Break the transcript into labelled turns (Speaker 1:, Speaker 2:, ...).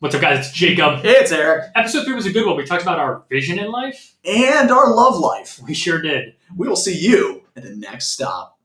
Speaker 1: What's up, guys? It's Jacob.
Speaker 2: Hey, it's Eric.
Speaker 1: Episode 3 was a good one. We talked about our vision in life.
Speaker 2: And our love life.
Speaker 1: We sure did.
Speaker 2: We will see you at the next stop.